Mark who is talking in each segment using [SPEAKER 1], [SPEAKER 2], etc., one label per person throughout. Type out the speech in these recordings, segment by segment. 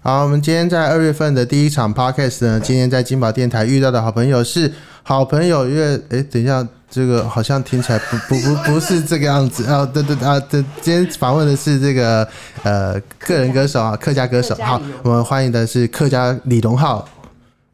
[SPEAKER 1] 好，我们今天在二月份的第一场 podcast 呢，今天在金宝电台遇到的好朋友是好朋友月。哎，等一下，这个好像听起来不不不不是这个样子啊、对对啊，对，今天访问的是这个呃个人歌手啊，客家歌手。好，我们欢迎的是客家李荣浩、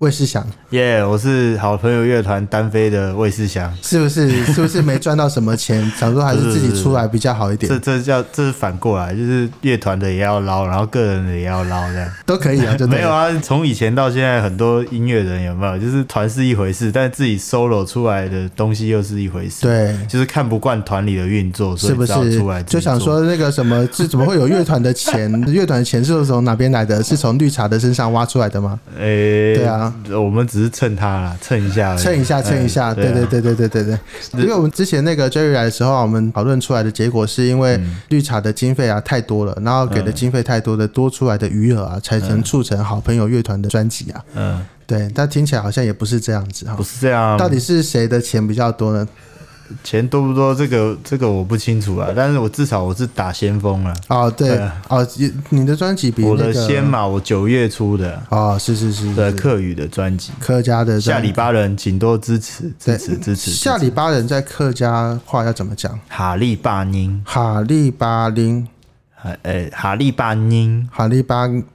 [SPEAKER 1] 魏世祥，
[SPEAKER 2] 耶我是好朋友乐团单飞的魏世祥。
[SPEAKER 1] 是不是？是不是没赚到什么钱？想说还是自己出来比较好一点
[SPEAKER 2] 这，这叫 这是反过来，就是乐团的也要捞，然后个人的也要捞，这样。
[SPEAKER 1] 都可以啊，就对
[SPEAKER 2] 没有
[SPEAKER 1] 了。
[SPEAKER 2] 啊，从以前到现在，很多音乐人有没有，就是团是一回事，但自己 solo 出来的东西又是一回事。，
[SPEAKER 1] 对，
[SPEAKER 2] 就是看不惯团里的运作，所
[SPEAKER 1] 是
[SPEAKER 2] 以
[SPEAKER 1] 不
[SPEAKER 2] 只好
[SPEAKER 1] 是
[SPEAKER 2] 出来？自己
[SPEAKER 1] 就想
[SPEAKER 2] 做
[SPEAKER 1] 说那个什么，是怎么会有乐团的 钱？乐团的钱是从哪边来的？是从绿茶的身上挖出来的吗？
[SPEAKER 2] 哎诶、
[SPEAKER 1] 对啊，
[SPEAKER 2] 我们只是蹭他啦，蹭一下而已，
[SPEAKER 1] 蹭一下，蹭一下，
[SPEAKER 2] 哎
[SPEAKER 1] 对对
[SPEAKER 2] 啊
[SPEAKER 1] 对对对对对。因为我们之前那个 Jerry 来的时候啊，我们讨论出来的结果是因为绿茶的经费啊太多了，然后给的经费太多的多出来的余额啊，才能促成好朋友乐团的专辑啊。
[SPEAKER 2] 嗯，
[SPEAKER 1] 对，但听起来好像也不是这样子哈
[SPEAKER 2] 不。是这样啊，
[SPEAKER 1] 到底是谁的钱比较多呢？
[SPEAKER 2] 钱多不多？这个这个我不清楚啊，但是我至少我是打先锋啊了。
[SPEAKER 1] 哦，对
[SPEAKER 2] 对，
[SPEAKER 1] 哦，你你的专辑比
[SPEAKER 2] 嗯我
[SPEAKER 1] 那
[SPEAKER 2] 的先
[SPEAKER 1] 个
[SPEAKER 2] 嘛，我九月出的
[SPEAKER 1] 哦，是是是
[SPEAKER 2] 的
[SPEAKER 1] 是
[SPEAKER 2] 客语的专辑，
[SPEAKER 1] 客家的
[SPEAKER 2] 下
[SPEAKER 1] 专
[SPEAKER 2] 里巴人请多支持
[SPEAKER 1] 对
[SPEAKER 2] 支持支持。
[SPEAKER 1] 下里巴人在客家话要怎么讲？
[SPEAKER 2] 哈利巴宁，
[SPEAKER 1] 哈利巴林，
[SPEAKER 2] 呃呃，哈利巴宁
[SPEAKER 1] 哈利巴宁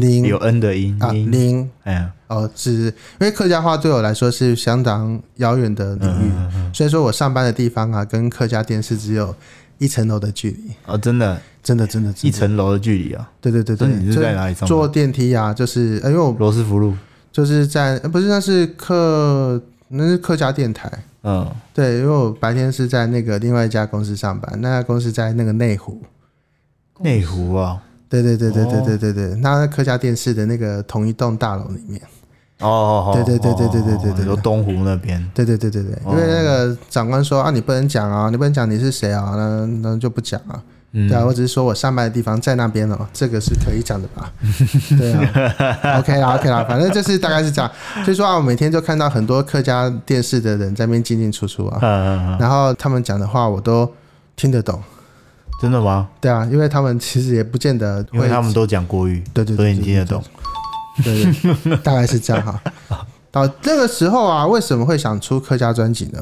[SPEAKER 2] 宁有 n 的音
[SPEAKER 1] 啊
[SPEAKER 2] 宁，
[SPEAKER 1] 林
[SPEAKER 2] 哎呀，
[SPEAKER 1] 哦，是因为客家话对我来说是相当遥远的领
[SPEAKER 2] 嗯
[SPEAKER 1] 域，所以说我上班的地方啊，跟客家电视只有一层楼的距离，
[SPEAKER 2] 哦，真的，
[SPEAKER 1] 真的真的真
[SPEAKER 2] 一
[SPEAKER 1] 的，
[SPEAKER 2] 层楼的距离啊，
[SPEAKER 1] 对对对
[SPEAKER 2] 那
[SPEAKER 1] 对，
[SPEAKER 2] 你是在哪里
[SPEAKER 1] 就
[SPEAKER 2] 上班
[SPEAKER 1] 坐电梯啊，就是呃因为我
[SPEAKER 2] 罗斯福路，
[SPEAKER 1] 就是在呃不是那是客那是客家电台，
[SPEAKER 2] 嗯，
[SPEAKER 1] 对，因为我白天是在那个另外一家公司上班，那家公司在那个内湖，
[SPEAKER 2] 内湖啊，
[SPEAKER 1] 对对对对对对对对，那客家电视的那个同一栋大楼里面，
[SPEAKER 2] 哦哦哦，
[SPEAKER 1] 对对对对对对对对对
[SPEAKER 2] 有东湖那边，
[SPEAKER 1] 对对对对对，因为那个长官说啊，你不能讲啊，你不能讲你是谁啊，那那就不讲啊。对啊，我只是说我上班的地方在那边哦，这个是可以讲的吧？对啊，OK 啦，OK 啦，反正就是大概是这样。所以说啊，我每天就看到很多客家电视的人在那边进进出出啊，
[SPEAKER 2] 嗯嗯嗯，
[SPEAKER 1] 然后他们讲的话我都听得懂。
[SPEAKER 2] 真的吗？
[SPEAKER 1] 对啊，因为他们其实也不见得
[SPEAKER 2] 因
[SPEAKER 1] 会
[SPEAKER 2] 为他们都讲国语，
[SPEAKER 1] 对对对
[SPEAKER 2] 所
[SPEAKER 1] 对
[SPEAKER 2] 以你
[SPEAKER 1] 对
[SPEAKER 2] 听得懂。
[SPEAKER 1] 对，对，大概是这样哈。到那个时候啊，为什么会想出客家专辑呢？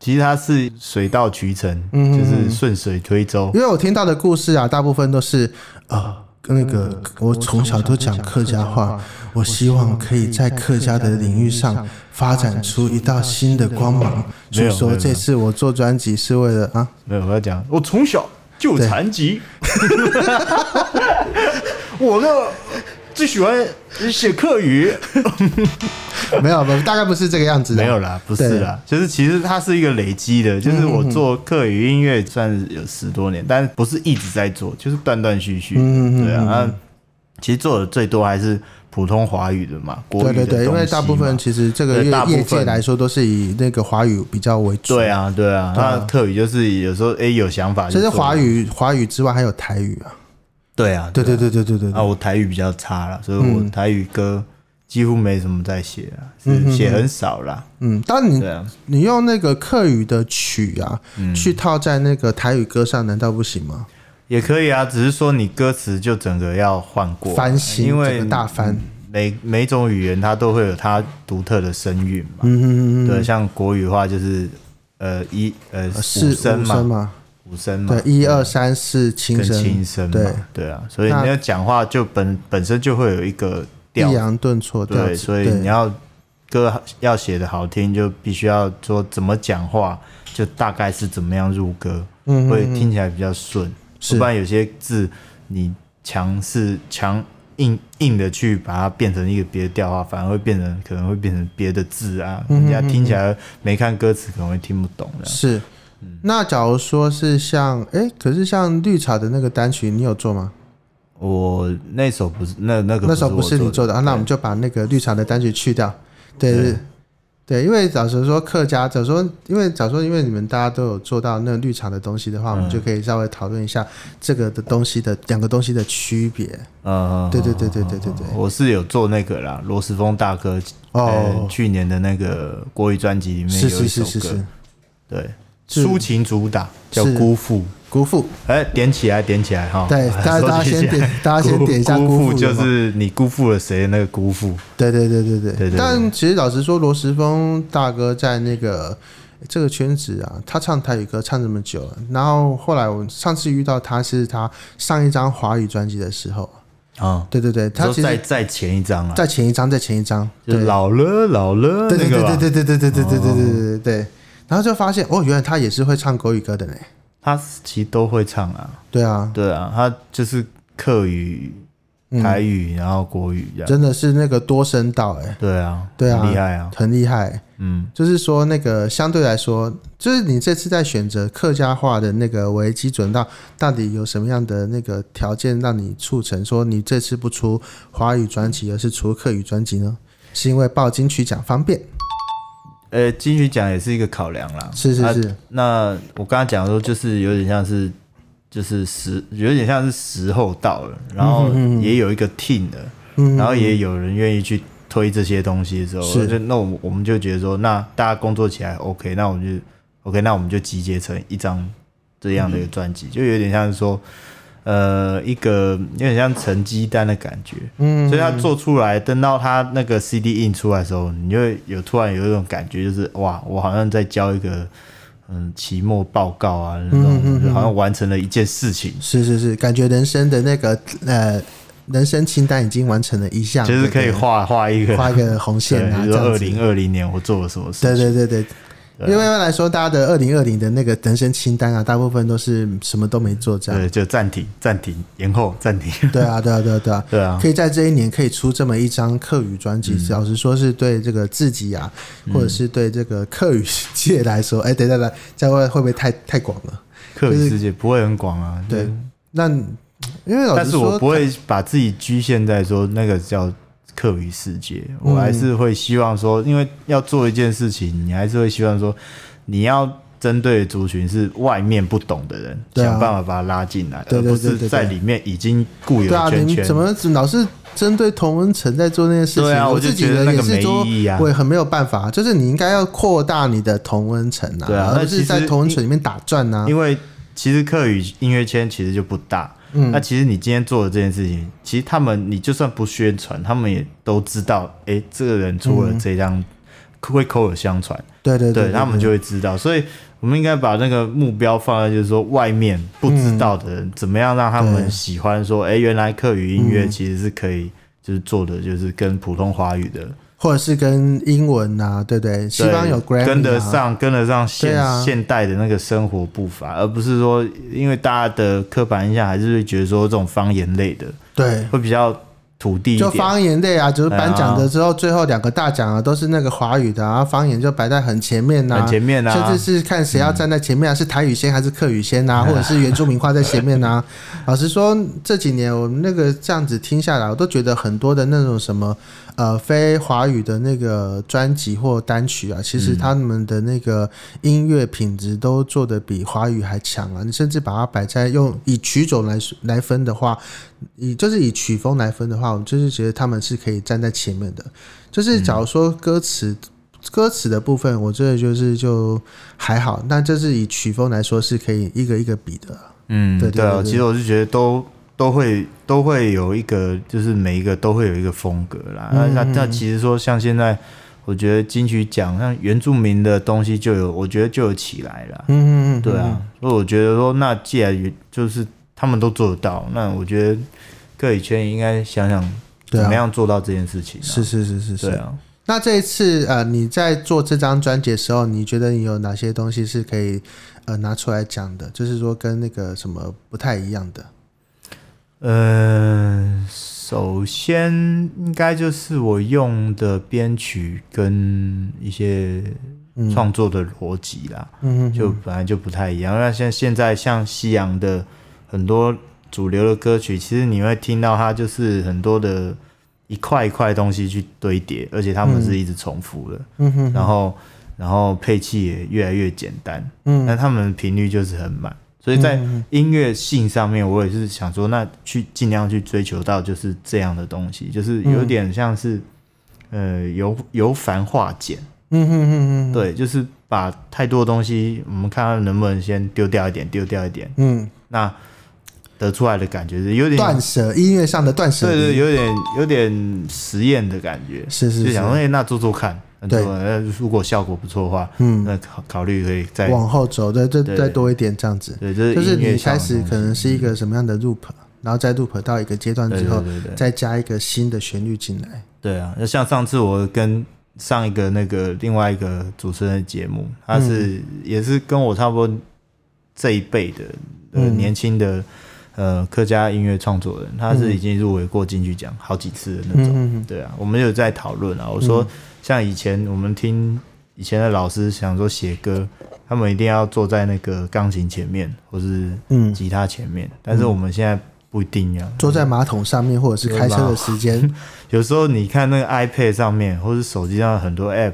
[SPEAKER 2] 其实它是水到渠成，
[SPEAKER 1] 嗯
[SPEAKER 2] 就是顺水推舟。
[SPEAKER 1] 因为我听到的故事啊，大部分都是呃，那个我从小都讲客家话，我希望可以在客家的领域上发展出一道新的光芒。所
[SPEAKER 2] 没
[SPEAKER 1] 以
[SPEAKER 2] 有
[SPEAKER 1] 说，
[SPEAKER 2] 没有
[SPEAKER 1] 这次我做专辑是为了啊，
[SPEAKER 2] 没有，我要讲，我从小就有残疾， 我呢最喜欢写客语。
[SPEAKER 1] 没有，不，大概不是这个样子的。
[SPEAKER 2] 没有啦，不是
[SPEAKER 1] 对
[SPEAKER 2] 啦，就是其实它是一个累积的，就是我做客语音乐算是有十多年，但不是一直在做，就是断断续续。
[SPEAKER 1] 嗯嗯嗯
[SPEAKER 2] 对啊，那其实做的最多还是普通华语的嘛，国
[SPEAKER 1] 对
[SPEAKER 2] 语的
[SPEAKER 1] 对对，因
[SPEAKER 2] 东
[SPEAKER 1] 为
[SPEAKER 2] 西
[SPEAKER 1] 大部分
[SPEAKER 2] 嘛
[SPEAKER 1] 其实这个
[SPEAKER 2] 对
[SPEAKER 1] 业
[SPEAKER 2] 大部分
[SPEAKER 1] 业界来说都是以那个华语比较为主。
[SPEAKER 2] 对，啊，对啊，
[SPEAKER 1] 对啊
[SPEAKER 2] 那客语就是有时候哎有想法就
[SPEAKER 1] 其
[SPEAKER 2] 做，
[SPEAKER 1] 实华语华语之外还有台语啊。
[SPEAKER 2] 对啊，
[SPEAKER 1] 对
[SPEAKER 2] 对
[SPEAKER 1] 对对对对对
[SPEAKER 2] 啊，
[SPEAKER 1] 对。
[SPEAKER 2] 我台语比较差啦，所以我
[SPEAKER 1] 嗯
[SPEAKER 2] 台语歌几乎没什么在写啊，是写很少啦。
[SPEAKER 1] 嗯，当然你
[SPEAKER 2] 对嗯啊，
[SPEAKER 1] 你用那个客语的曲啊，去套在那个台语歌上，难道不行吗？
[SPEAKER 2] 也可以啊，只是说你歌词就整个要换过啊，
[SPEAKER 1] 翻新，
[SPEAKER 2] 因为嗯
[SPEAKER 1] 整个大翻。
[SPEAKER 2] 每每种语言它都会有它独特的声韵嘛。
[SPEAKER 1] 嗯嗯嗯
[SPEAKER 2] 对，像国语的话就是呃一呃
[SPEAKER 1] 嗯，是
[SPEAKER 2] 五声嘛，
[SPEAKER 1] 嘛？
[SPEAKER 2] 五声嘛
[SPEAKER 1] 对，，一二三四，轻
[SPEAKER 2] 跟
[SPEAKER 1] 声，
[SPEAKER 2] 轻声
[SPEAKER 1] 对
[SPEAKER 2] 嘛，对啊，所以
[SPEAKER 1] 那
[SPEAKER 2] 你要讲话就本本身就会有一个
[SPEAKER 1] 抑
[SPEAKER 2] 调
[SPEAKER 1] 扬顿挫，调
[SPEAKER 2] 对，
[SPEAKER 1] 子
[SPEAKER 2] 所以
[SPEAKER 1] 对
[SPEAKER 2] 你要歌要写的好听，就必须要说怎么讲话，就大概是怎么样入歌，
[SPEAKER 1] 嗯嗯
[SPEAKER 2] 会听起来比较顺。
[SPEAKER 1] 是
[SPEAKER 2] 不然有些字你强势强硬硬的去把它变成一个别的调啊，反而会变成可能会变成别的字啊，人家听起来没看歌词可能会听不懂啊的。
[SPEAKER 1] 是。
[SPEAKER 2] 嗯
[SPEAKER 1] 那假如说是像，哎，可是像绿茶的那个单曲，你有做吗？
[SPEAKER 2] 我那首不是那那个
[SPEAKER 1] 那时候不
[SPEAKER 2] 不
[SPEAKER 1] 是
[SPEAKER 2] 是我
[SPEAKER 1] 你
[SPEAKER 2] 做
[SPEAKER 1] 做的啊，那我们就把那个绿茶的单曲去掉。对对对，因为假如说客家，假如说因为假如说因为你们大家都有做到那个绿茶的东西的
[SPEAKER 2] 嗯
[SPEAKER 1] 话，我们就可以稍微讨论一下这个的东西的两个东西的区别。
[SPEAKER 2] 嗯，嗯
[SPEAKER 1] 对对对对对对对，
[SPEAKER 2] 我是有做那个啦，罗斯峰大哥
[SPEAKER 1] 哦
[SPEAKER 2] 呃去年的那个国语专辑里面有
[SPEAKER 1] 是
[SPEAKER 2] 一
[SPEAKER 1] 是
[SPEAKER 2] 首
[SPEAKER 1] 是
[SPEAKER 2] 歌，
[SPEAKER 1] 是是，
[SPEAKER 2] 对，
[SPEAKER 1] 是
[SPEAKER 2] 抒情主打叫
[SPEAKER 1] 是
[SPEAKER 2] 《辜负》，
[SPEAKER 1] 辜负，
[SPEAKER 2] 哎，点起来，点起来哈！
[SPEAKER 1] 对大家
[SPEAKER 2] 收集
[SPEAKER 1] 大家先
[SPEAKER 2] 起来
[SPEAKER 1] 点大家先
[SPEAKER 2] 辜
[SPEAKER 1] 点一下
[SPEAKER 2] 辜
[SPEAKER 1] 辜负
[SPEAKER 2] 负，
[SPEAKER 1] 的
[SPEAKER 2] 就
[SPEAKER 1] 嘛
[SPEAKER 2] 是你辜负了谁的那个辜负。
[SPEAKER 1] 对对对对对。
[SPEAKER 2] 对对
[SPEAKER 1] 但其实老实说，罗时丰大哥在那个这个圈子啊，他唱台语歌唱这么久了，然后后来我上次遇到他是他上一张华语专辑的时候，
[SPEAKER 2] 啊，
[SPEAKER 1] 对对对，他
[SPEAKER 2] 说
[SPEAKER 1] 其
[SPEAKER 2] 再
[SPEAKER 1] 实
[SPEAKER 2] 再前一张啊，
[SPEAKER 1] 在前一张，在前一张，
[SPEAKER 2] 就
[SPEAKER 1] 对
[SPEAKER 2] 是老了老了
[SPEAKER 1] 对对
[SPEAKER 2] 那个
[SPEAKER 1] 对
[SPEAKER 2] 啊吧，
[SPEAKER 1] 对对对对对对对对对对对。然后就发现哦，原来他也是会唱国语歌的呢。
[SPEAKER 2] 他其实都会唱啊，
[SPEAKER 1] 对啊，
[SPEAKER 2] 对啊，他就是客语、台语，然后国语这样，
[SPEAKER 1] 嗯真的是那个多声道哎、
[SPEAKER 2] 对啊，
[SPEAKER 1] 对啊
[SPEAKER 2] 很厉害啊，
[SPEAKER 1] 很厉害。
[SPEAKER 2] 嗯，
[SPEAKER 1] 就是说，那个相对来说，就是你这次在选择客家话的那个为基准到，到底有什么样的那个条件让你促成说你这次不出华语专辑，而是出客语专辑呢？是因为报金曲奖方便？
[SPEAKER 2] 呃，金曲奖也是一个考量啦，
[SPEAKER 1] 是是
[SPEAKER 2] 啊
[SPEAKER 1] 是，
[SPEAKER 2] 那我刚刚讲说，就是有点像是，就是时有点像是时候到了，然后也有一个 team 了，
[SPEAKER 1] 嗯
[SPEAKER 2] 然后也有人愿意去推这些东西的时候，
[SPEAKER 1] 是
[SPEAKER 2] 就那我们我们就觉得说，那大家工作起来 OK，那我们就 OK，那我们就集结成一张这样的一个专辑，就有点像是说，呃，一个有点像成绩单的感觉，
[SPEAKER 1] 嗯，
[SPEAKER 2] 所以他做出来，等到他那个 CD 印出来的时候，你就会有突然有一种感觉，就是哇，我好像在交一个嗯期末报告啊那种，
[SPEAKER 1] 嗯嗯嗯
[SPEAKER 2] 就好像完成了一件事情，
[SPEAKER 1] 是是是，感觉人生的那个呃人生清单已经完成了一项，
[SPEAKER 2] 其实可以
[SPEAKER 1] 啊对不
[SPEAKER 2] 画画一
[SPEAKER 1] 对
[SPEAKER 2] 个
[SPEAKER 1] 画一个红线啊，
[SPEAKER 2] 对，
[SPEAKER 1] 这
[SPEAKER 2] 就是二
[SPEAKER 1] 样子。
[SPEAKER 2] 零二啊零年我做了什么事
[SPEAKER 1] 对
[SPEAKER 2] 情，
[SPEAKER 1] 对对对。因为来说，大家的二零二零的那个人生清单啊，大部分都是什么都没做这样。
[SPEAKER 2] 对，就暂停、暂停、延后、暂 停，
[SPEAKER 1] 对啊，对啊，对啊，对 啊。
[SPEAKER 2] 对啊，
[SPEAKER 1] 可以在这一年可以出这么一张客语专辑，老实说是对这个自己啊，
[SPEAKER 2] 嗯
[SPEAKER 1] 或者是对这个客语界来说，哎、等等等，这样会会不会太太广了？
[SPEAKER 2] 课余世界不会很广啊，
[SPEAKER 1] 对
[SPEAKER 2] 就，
[SPEAKER 1] 那因为老
[SPEAKER 2] 但
[SPEAKER 1] 实
[SPEAKER 2] 是
[SPEAKER 1] 说
[SPEAKER 2] 我，不会把自己局限在说那个叫课余世界，
[SPEAKER 1] 嗯
[SPEAKER 2] 我还是会希望说，因为要做一件事情，你还是会希望说，你要针对的族群是外面不懂的人，
[SPEAKER 1] 对啊
[SPEAKER 2] 想办法把他拉进来，
[SPEAKER 1] 对对对
[SPEAKER 2] 而不是在里面已经固有
[SPEAKER 1] 对啊，
[SPEAKER 2] 的圈
[SPEAKER 1] 你
[SPEAKER 2] 圈。
[SPEAKER 1] 怎么老是针对同温层在做那些事情？
[SPEAKER 2] 对啊
[SPEAKER 1] 我
[SPEAKER 2] 我就
[SPEAKER 1] 自己
[SPEAKER 2] 觉得
[SPEAKER 1] 人
[SPEAKER 2] 那
[SPEAKER 1] 也
[SPEAKER 2] 个
[SPEAKER 1] 是
[SPEAKER 2] 没
[SPEAKER 1] 说
[SPEAKER 2] 意义啊
[SPEAKER 1] 我也很没有办法。就是你应该要扩大你的同温层啊，
[SPEAKER 2] 对啊
[SPEAKER 1] 而
[SPEAKER 2] 那
[SPEAKER 1] 不
[SPEAKER 2] 其
[SPEAKER 1] 是
[SPEAKER 2] 实
[SPEAKER 1] 在同温层里面打转啊。
[SPEAKER 2] 因为其实课余音乐圈其实就不大。
[SPEAKER 1] 嗯
[SPEAKER 2] 那其实你今天做的这件事情，其实他们你就算不宣传，他们也都知道，哎、这个人出
[SPEAKER 1] 嗯
[SPEAKER 2] 了这张、会口耳相传，
[SPEAKER 1] 对对
[SPEAKER 2] 对
[SPEAKER 1] 对，
[SPEAKER 2] 他们就会知道，所以我们应该把那个目标放在就是说外面不知道的人，怎么样让他
[SPEAKER 1] 对
[SPEAKER 2] 们喜欢说，哎、原来客语音乐
[SPEAKER 1] 嗯
[SPEAKER 2] 其实是可以就是做的就是跟普通华语的
[SPEAKER 1] 或者是跟英文啊，对不对？西方有 Grammy，、
[SPEAKER 2] 对
[SPEAKER 1] 啊、
[SPEAKER 2] 跟得上跟得上现、
[SPEAKER 1] 对啊
[SPEAKER 2] 现代的那个生活步伐，而不是说因为大家的刻板印象还是会觉得说这种方言类的
[SPEAKER 1] 对。
[SPEAKER 2] 会比较土地一
[SPEAKER 1] 就
[SPEAKER 2] 点，
[SPEAKER 1] 方言类啊，就是
[SPEAKER 2] 对啊
[SPEAKER 1] 颁奖的之后，最后两个大奖啊，都是那个华语的啊，方言就摆在很前面呐、
[SPEAKER 2] 很前面啊，
[SPEAKER 1] 甚至是看谁要站在前面啊，是台语先还是客语先啊，或者是原住民话在前面啊。老实说，这几年我们那个这样子听下来，我都觉得很多的那种什么呃非华语的那个专辑或单曲啊，其实他们的那个音乐品质都做得比华语还强啊。你甚至把它摆在用以曲种来说来分的话，以就是以曲风来分的话，我就是觉得他们是可以站在前面的。就是假如说歌词、歌词的部分，我觉得就是就还好，那这是以曲风来说是可以一个一个比的。
[SPEAKER 2] 嗯，
[SPEAKER 1] 对对
[SPEAKER 2] 啊
[SPEAKER 1] 对对
[SPEAKER 2] 其实我是觉得都都会都会有一个，就是每一个都会有一个风格啦。那
[SPEAKER 1] 嗯
[SPEAKER 2] 那那其实说像现在，我觉得金曲奖像原住民的东西就有，我觉得就有起来了。
[SPEAKER 1] 嗯嗯嗯，
[SPEAKER 2] 对啊，所以我觉得说，那既然原就是他们都做得到，那我觉得各语圈应该想想
[SPEAKER 1] 对
[SPEAKER 2] 怎
[SPEAKER 1] 啊
[SPEAKER 2] 么样做到这件事情、啊。
[SPEAKER 1] 是，是是是
[SPEAKER 2] 对
[SPEAKER 1] 是。
[SPEAKER 2] 啊。
[SPEAKER 1] 那这一次呃，你在做这张专辑的时候，你觉得你有哪些东西是可以呃拿出来讲的？就是说跟那个什么不太一样的。
[SPEAKER 2] 嗯，首先应该就是我用的编曲跟一些
[SPEAKER 1] 嗯
[SPEAKER 2] 创作的逻辑啦，
[SPEAKER 1] 嗯嗯，
[SPEAKER 2] 就本来就不太一样。那像现在像西洋的很多主流的歌曲，其实你会听到它就是很多的一块一块东西去堆叠，而且他们是一直重复的，
[SPEAKER 1] 嗯哼
[SPEAKER 2] 然后然后配器也越来越简单，
[SPEAKER 1] 嗯
[SPEAKER 2] 但他们的频率就是很满。所以在音乐性上面，我也是想说，那去尽量去追求到就是
[SPEAKER 1] 嗯
[SPEAKER 2] 这样的东西，就是有点像是，呃，由由繁化简，
[SPEAKER 1] 嗯哼哼哼，
[SPEAKER 2] 对，就是把太多东西，我们看看能不能先丢掉一点，丢掉一点，
[SPEAKER 1] 嗯，
[SPEAKER 2] 那得出来的感觉是有点
[SPEAKER 1] 断舍音乐上的断舍
[SPEAKER 2] 对
[SPEAKER 1] 离，
[SPEAKER 2] 对，有点有点实验的感觉，
[SPEAKER 1] 是是，
[SPEAKER 2] 就是想说，哎、那做做看，那
[SPEAKER 1] 对
[SPEAKER 2] 做那如果效果不错的话，
[SPEAKER 1] 嗯，
[SPEAKER 2] 那考考虑可以再
[SPEAKER 1] 往后走，对，再
[SPEAKER 2] 对
[SPEAKER 1] 再多一点这样子，
[SPEAKER 2] 对，就是
[SPEAKER 1] 就是
[SPEAKER 2] 音乐
[SPEAKER 1] 你
[SPEAKER 2] 上
[SPEAKER 1] 开
[SPEAKER 2] 的
[SPEAKER 1] 始
[SPEAKER 2] 东西
[SPEAKER 1] 可能是一个什么样的 loop，然后再 loop 到一个阶段
[SPEAKER 2] 对
[SPEAKER 1] 之
[SPEAKER 2] 对
[SPEAKER 1] 后，
[SPEAKER 2] 对对
[SPEAKER 1] 再加一个新的旋律进来，
[SPEAKER 2] 对啊，那像上次我跟上一个那个另外一个主持人的节目，他是、
[SPEAKER 1] 嗯
[SPEAKER 2] 也是跟我差不多这一辈的呃、
[SPEAKER 1] 嗯
[SPEAKER 2] 年轻的呃客家音乐创作人，他是已经入围过金曲奖好几次的那
[SPEAKER 1] 嗯
[SPEAKER 2] 种。
[SPEAKER 1] 嗯嗯嗯
[SPEAKER 2] 对啊，我们有在讨论啊，我说像以前我们听以前的老师想说写歌，他们一定要坐在那个钢琴前面或是
[SPEAKER 1] 嗯，
[SPEAKER 2] 吉他前面，但是我们现在不一定啊，
[SPEAKER 1] 坐在马桶上面或者是开车的时间，
[SPEAKER 2] 有时候你看那个 iPad 上面，或是手机上很多 App，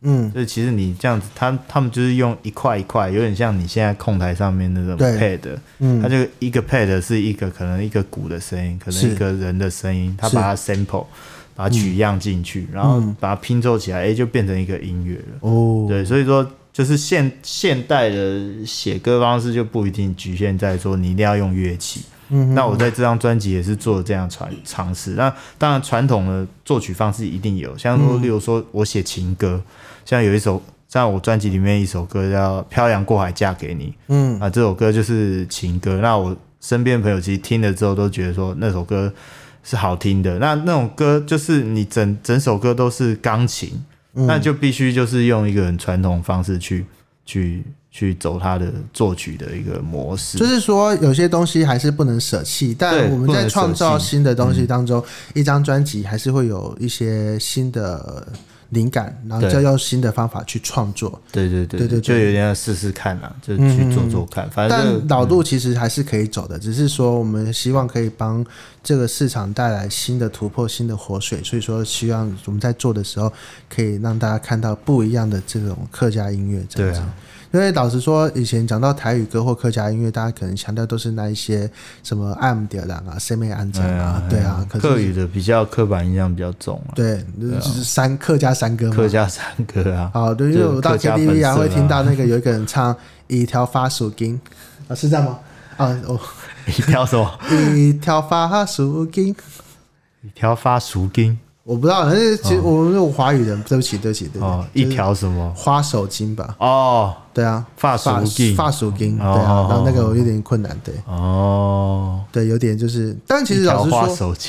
[SPEAKER 1] 嗯，
[SPEAKER 2] 就是其实你这样子，他他们就是用一块一块，有点像你现在控台上面那种
[SPEAKER 1] 对
[SPEAKER 2] Pad，
[SPEAKER 1] 嗯
[SPEAKER 2] 它就一个 Pad 是一个可能一个鼓的声音，可能
[SPEAKER 1] 是
[SPEAKER 2] 一个人的声音，它
[SPEAKER 1] 是嗯
[SPEAKER 2] 把它 sample，把它取样进去，然后把它拼凑起来，哎、就变成一个音乐了。
[SPEAKER 1] 哦，
[SPEAKER 2] 对，所以说就是现现代的写歌方式就不一定局限在说你一定要用乐器。
[SPEAKER 1] 嗯
[SPEAKER 2] 那我在这张专辑也是做这样传尝试。那当然，传统的作曲方式一定有，像
[SPEAKER 1] 嗯
[SPEAKER 2] 说，例如说我写情歌，像有一首，像我专辑里面一首歌叫《漂洋过海嫁给你》
[SPEAKER 1] 嗯
[SPEAKER 2] 啊，这首歌就是情歌。那我身边朋友其实听了之后都觉得说那首歌是好听的。那那种歌就是你整整首歌都是钢琴，
[SPEAKER 1] 嗯
[SPEAKER 2] 那就必须就是用一个很传统的方式去去去走它的作曲的一个模式
[SPEAKER 1] 就。是说，有些东西还是不能舍弃，但
[SPEAKER 2] 对
[SPEAKER 1] 我们
[SPEAKER 2] 不
[SPEAKER 1] 在
[SPEAKER 2] 能舍
[SPEAKER 1] 创造
[SPEAKER 2] 弃嗯
[SPEAKER 1] 新的东西当中，一张专辑还是会有一些新的灵感，然后
[SPEAKER 2] 对
[SPEAKER 1] 再用新的方法去创作。
[SPEAKER 2] 对对对
[SPEAKER 1] 对对对
[SPEAKER 2] 就有点要试试看啦，就
[SPEAKER 1] 嗯
[SPEAKER 2] 去做做看。反正
[SPEAKER 1] 但老路其实还是可以走的，只是说我们希望可以帮这个市场带来新的突破、新的活水，所以说希望我们在做的时候可以让大家看到不一样的这种客家音乐这样子。
[SPEAKER 2] 对啊
[SPEAKER 1] 因为老实说，以前讲到台语歌或客家音乐，大家可能强调都是那一些什么暗调啦、啊、C 妹安这
[SPEAKER 2] 哎
[SPEAKER 1] 啊
[SPEAKER 2] 呀，
[SPEAKER 1] 对啊，可
[SPEAKER 2] 客
[SPEAKER 1] 是
[SPEAKER 2] 语的比较刻板印象比较重啊，
[SPEAKER 1] 对，就是山客家山歌嘛，
[SPEAKER 2] 客家山歌啊，
[SPEAKER 1] 好，对，因为我到
[SPEAKER 2] 就是客家
[SPEAKER 1] KTV 啊，
[SPEAKER 2] 本色啊
[SPEAKER 1] 会听到那个有一个人唱《一条发属金》，啊，是这样吗？啊，我、
[SPEAKER 2] 一条什么？
[SPEAKER 1] 一条发属金，
[SPEAKER 2] 一条发熟金
[SPEAKER 1] 我不知道，但是其实我们是华语人，对不起，对不起，对不起，
[SPEAKER 2] 哦，一条什么？
[SPEAKER 1] 花手巾吧，
[SPEAKER 2] 哦
[SPEAKER 1] 对啊，
[SPEAKER 2] 发属
[SPEAKER 1] 发
[SPEAKER 2] 金
[SPEAKER 1] 发属巾，对
[SPEAKER 2] 哦
[SPEAKER 1] 啊
[SPEAKER 2] 哦，
[SPEAKER 1] 然后那个我有点困难，对
[SPEAKER 2] 哦，
[SPEAKER 1] 对，有点就是，但其实
[SPEAKER 2] 一条
[SPEAKER 1] 老实
[SPEAKER 2] 花
[SPEAKER 1] 说，
[SPEAKER 2] 手巾。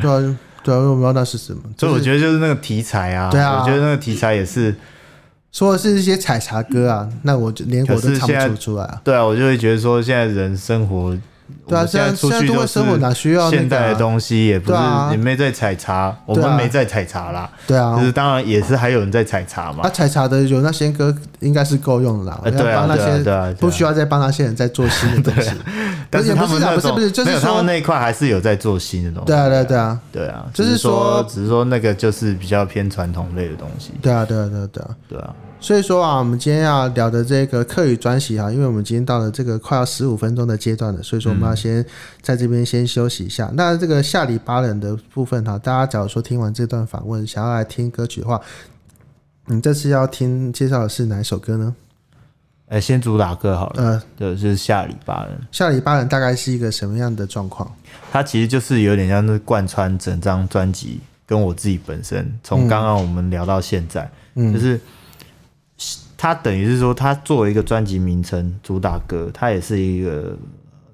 [SPEAKER 1] 对啊，对啊，我不知道那是什么， 就
[SPEAKER 2] 所以我
[SPEAKER 1] 是
[SPEAKER 2] 觉得就是那个题材啊，
[SPEAKER 1] 对啊
[SPEAKER 2] 我觉得那个题材也是，
[SPEAKER 1] 说的是一些采茶歌啊，那我就连我
[SPEAKER 2] 可
[SPEAKER 1] 都
[SPEAKER 2] 是
[SPEAKER 1] 唱不
[SPEAKER 2] 现在
[SPEAKER 1] 出出来啊，
[SPEAKER 2] 对啊，我就会觉得说现在人生活，
[SPEAKER 1] 对
[SPEAKER 2] 我
[SPEAKER 1] 啊，
[SPEAKER 2] 们
[SPEAKER 1] 现
[SPEAKER 2] 现
[SPEAKER 1] 在
[SPEAKER 2] 出
[SPEAKER 1] 现在
[SPEAKER 2] 去
[SPEAKER 1] 都
[SPEAKER 2] 都
[SPEAKER 1] 会
[SPEAKER 2] 是
[SPEAKER 1] 生活哪需要那
[SPEAKER 2] 现代
[SPEAKER 1] 个
[SPEAKER 2] 的
[SPEAKER 1] 啊？
[SPEAKER 2] 东西，也不
[SPEAKER 1] 对
[SPEAKER 2] 是
[SPEAKER 1] 啊
[SPEAKER 2] 也没在采茶，我
[SPEAKER 1] 对
[SPEAKER 2] 们
[SPEAKER 1] 啊
[SPEAKER 2] 没在采茶啦，
[SPEAKER 1] 对啊
[SPEAKER 2] 就，是当然也是还有人在采茶嘛
[SPEAKER 1] 他，采茶的有那些歌应该是够用了啦，
[SPEAKER 2] 呃
[SPEAKER 1] 要
[SPEAKER 2] 对啊
[SPEAKER 1] 帮那
[SPEAKER 2] 对啊对啊对
[SPEAKER 1] 些
[SPEAKER 2] 啊
[SPEAKER 1] 不需要再帮那些人再做新的东西，
[SPEAKER 2] 但是
[SPEAKER 1] 也不
[SPEAKER 2] 他们
[SPEAKER 1] 是啊
[SPEAKER 2] 那
[SPEAKER 1] 不是
[SPEAKER 2] 种
[SPEAKER 1] 不是就是
[SPEAKER 2] 没有他
[SPEAKER 1] 说
[SPEAKER 2] 们那一块还是有在做新的东西。
[SPEAKER 1] 对啊对啊对啊。
[SPEAKER 2] 对啊，
[SPEAKER 1] 就是
[SPEAKER 2] 只是
[SPEAKER 1] 说
[SPEAKER 2] 只是说那个就是比较偏传统类的东西。
[SPEAKER 1] 对啊，对啊，对啊，对啊。
[SPEAKER 2] 对啊，
[SPEAKER 1] 所以说啊，我们今天要聊的这个课语专辑啊，因为我们今天到了这个快要十五分钟的阶段了，所以说我们要先在这边先休息一下。那这个下里巴人的部分哈、大家假如说听完这段访问，想要来听歌曲的话，你这次要听介绍的是哪一首歌呢？
[SPEAKER 2] 哎，先主打歌好了，
[SPEAKER 1] 呃，
[SPEAKER 2] 对，就是下里巴人，
[SPEAKER 1] 下里巴人大概是一个什么样的状况？
[SPEAKER 2] 它其实就是有点像是贯穿整张专辑，跟我自己本身，从刚刚我们聊到现在，
[SPEAKER 1] 嗯
[SPEAKER 2] 就是它等于是说，它作为一个专辑名称、主打歌，它也是一个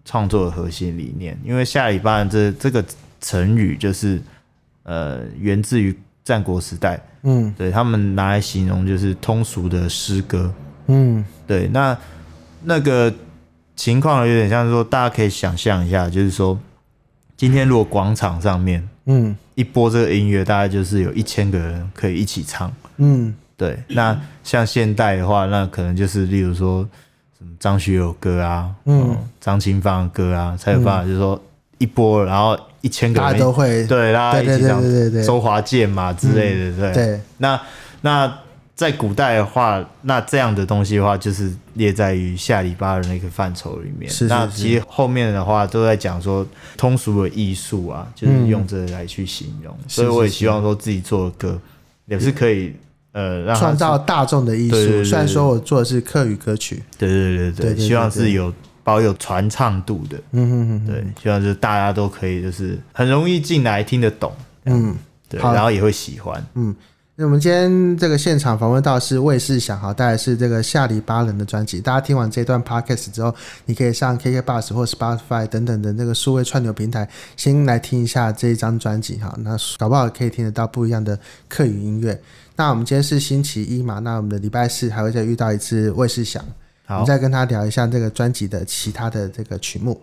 [SPEAKER 2] 创作的核心理念。因为下里巴人这这个成语，就是呃，源自于战国时代，
[SPEAKER 1] 嗯
[SPEAKER 2] 对他们拿来形容就是通俗的诗歌。
[SPEAKER 1] 嗯
[SPEAKER 2] 对，那那个情况有点像是说，大家可以想象一下，就是说，今天如果广场上面
[SPEAKER 1] 嗯
[SPEAKER 2] 一播这个音乐，大概就是有一千个人可以一起唱。
[SPEAKER 1] 嗯
[SPEAKER 2] 对，那像现代的话，那可能就是例如说什么张学友歌啊，
[SPEAKER 1] 嗯
[SPEAKER 2] 嗯，张清芳的歌啊，才有办法就是说一播，然后一千个
[SPEAKER 1] 大
[SPEAKER 2] 人
[SPEAKER 1] 家都会
[SPEAKER 2] 对，大家一
[SPEAKER 1] 对
[SPEAKER 2] 起
[SPEAKER 1] 对
[SPEAKER 2] 唱
[SPEAKER 1] 对对对
[SPEAKER 2] 周华健嘛之类的，对。
[SPEAKER 1] 对
[SPEAKER 2] 那那在古代的话，那这样的东西的话，就是列在于下里巴人的一个范畴里面。
[SPEAKER 1] 是是
[SPEAKER 2] 那
[SPEAKER 1] 是
[SPEAKER 2] 其实后面的话都在讲说通俗的艺术啊，就是
[SPEAKER 1] 嗯
[SPEAKER 2] 用这个来去形容。
[SPEAKER 1] 是
[SPEAKER 2] 所以我也
[SPEAKER 1] 是
[SPEAKER 2] 希望说自己做的歌也是可以呃让它
[SPEAKER 1] 创
[SPEAKER 2] 是
[SPEAKER 1] 造大众的艺
[SPEAKER 2] 对对
[SPEAKER 1] 术。
[SPEAKER 2] 对
[SPEAKER 1] 虽然说我做的是客语歌曲，
[SPEAKER 2] 对对
[SPEAKER 1] 对
[SPEAKER 2] 对
[SPEAKER 1] 对
[SPEAKER 2] 对
[SPEAKER 1] 对
[SPEAKER 2] 希望是
[SPEAKER 1] 对
[SPEAKER 2] 有保有传唱度的，
[SPEAKER 1] 嗯哼哼哼，
[SPEAKER 2] 对，希望就是大家都可以就是很容易进来听得懂，
[SPEAKER 1] 嗯。
[SPEAKER 2] 对，
[SPEAKER 1] 好
[SPEAKER 2] 然后也会喜欢。
[SPEAKER 1] 那我们今天这个现场访问到的是魏世祥，好，带来是这个下里巴人的专辑。大家听完这段 podcast 之后，你可以上 KK Bus 或 Spotify 等等的这个数位串流平台，先来听一下这一张专辑哈。那搞不好可以听得到不一样的客语音乐。那我们今天是星期一嘛，那我们的礼拜四还会再遇到一次魏世祥，我
[SPEAKER 2] 好
[SPEAKER 1] 们，再跟他聊一下这个专辑的其他的这个曲目。